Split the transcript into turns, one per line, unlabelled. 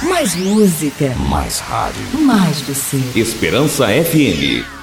Mais música.
Mais rádio.
Mais você.
Esperança FM.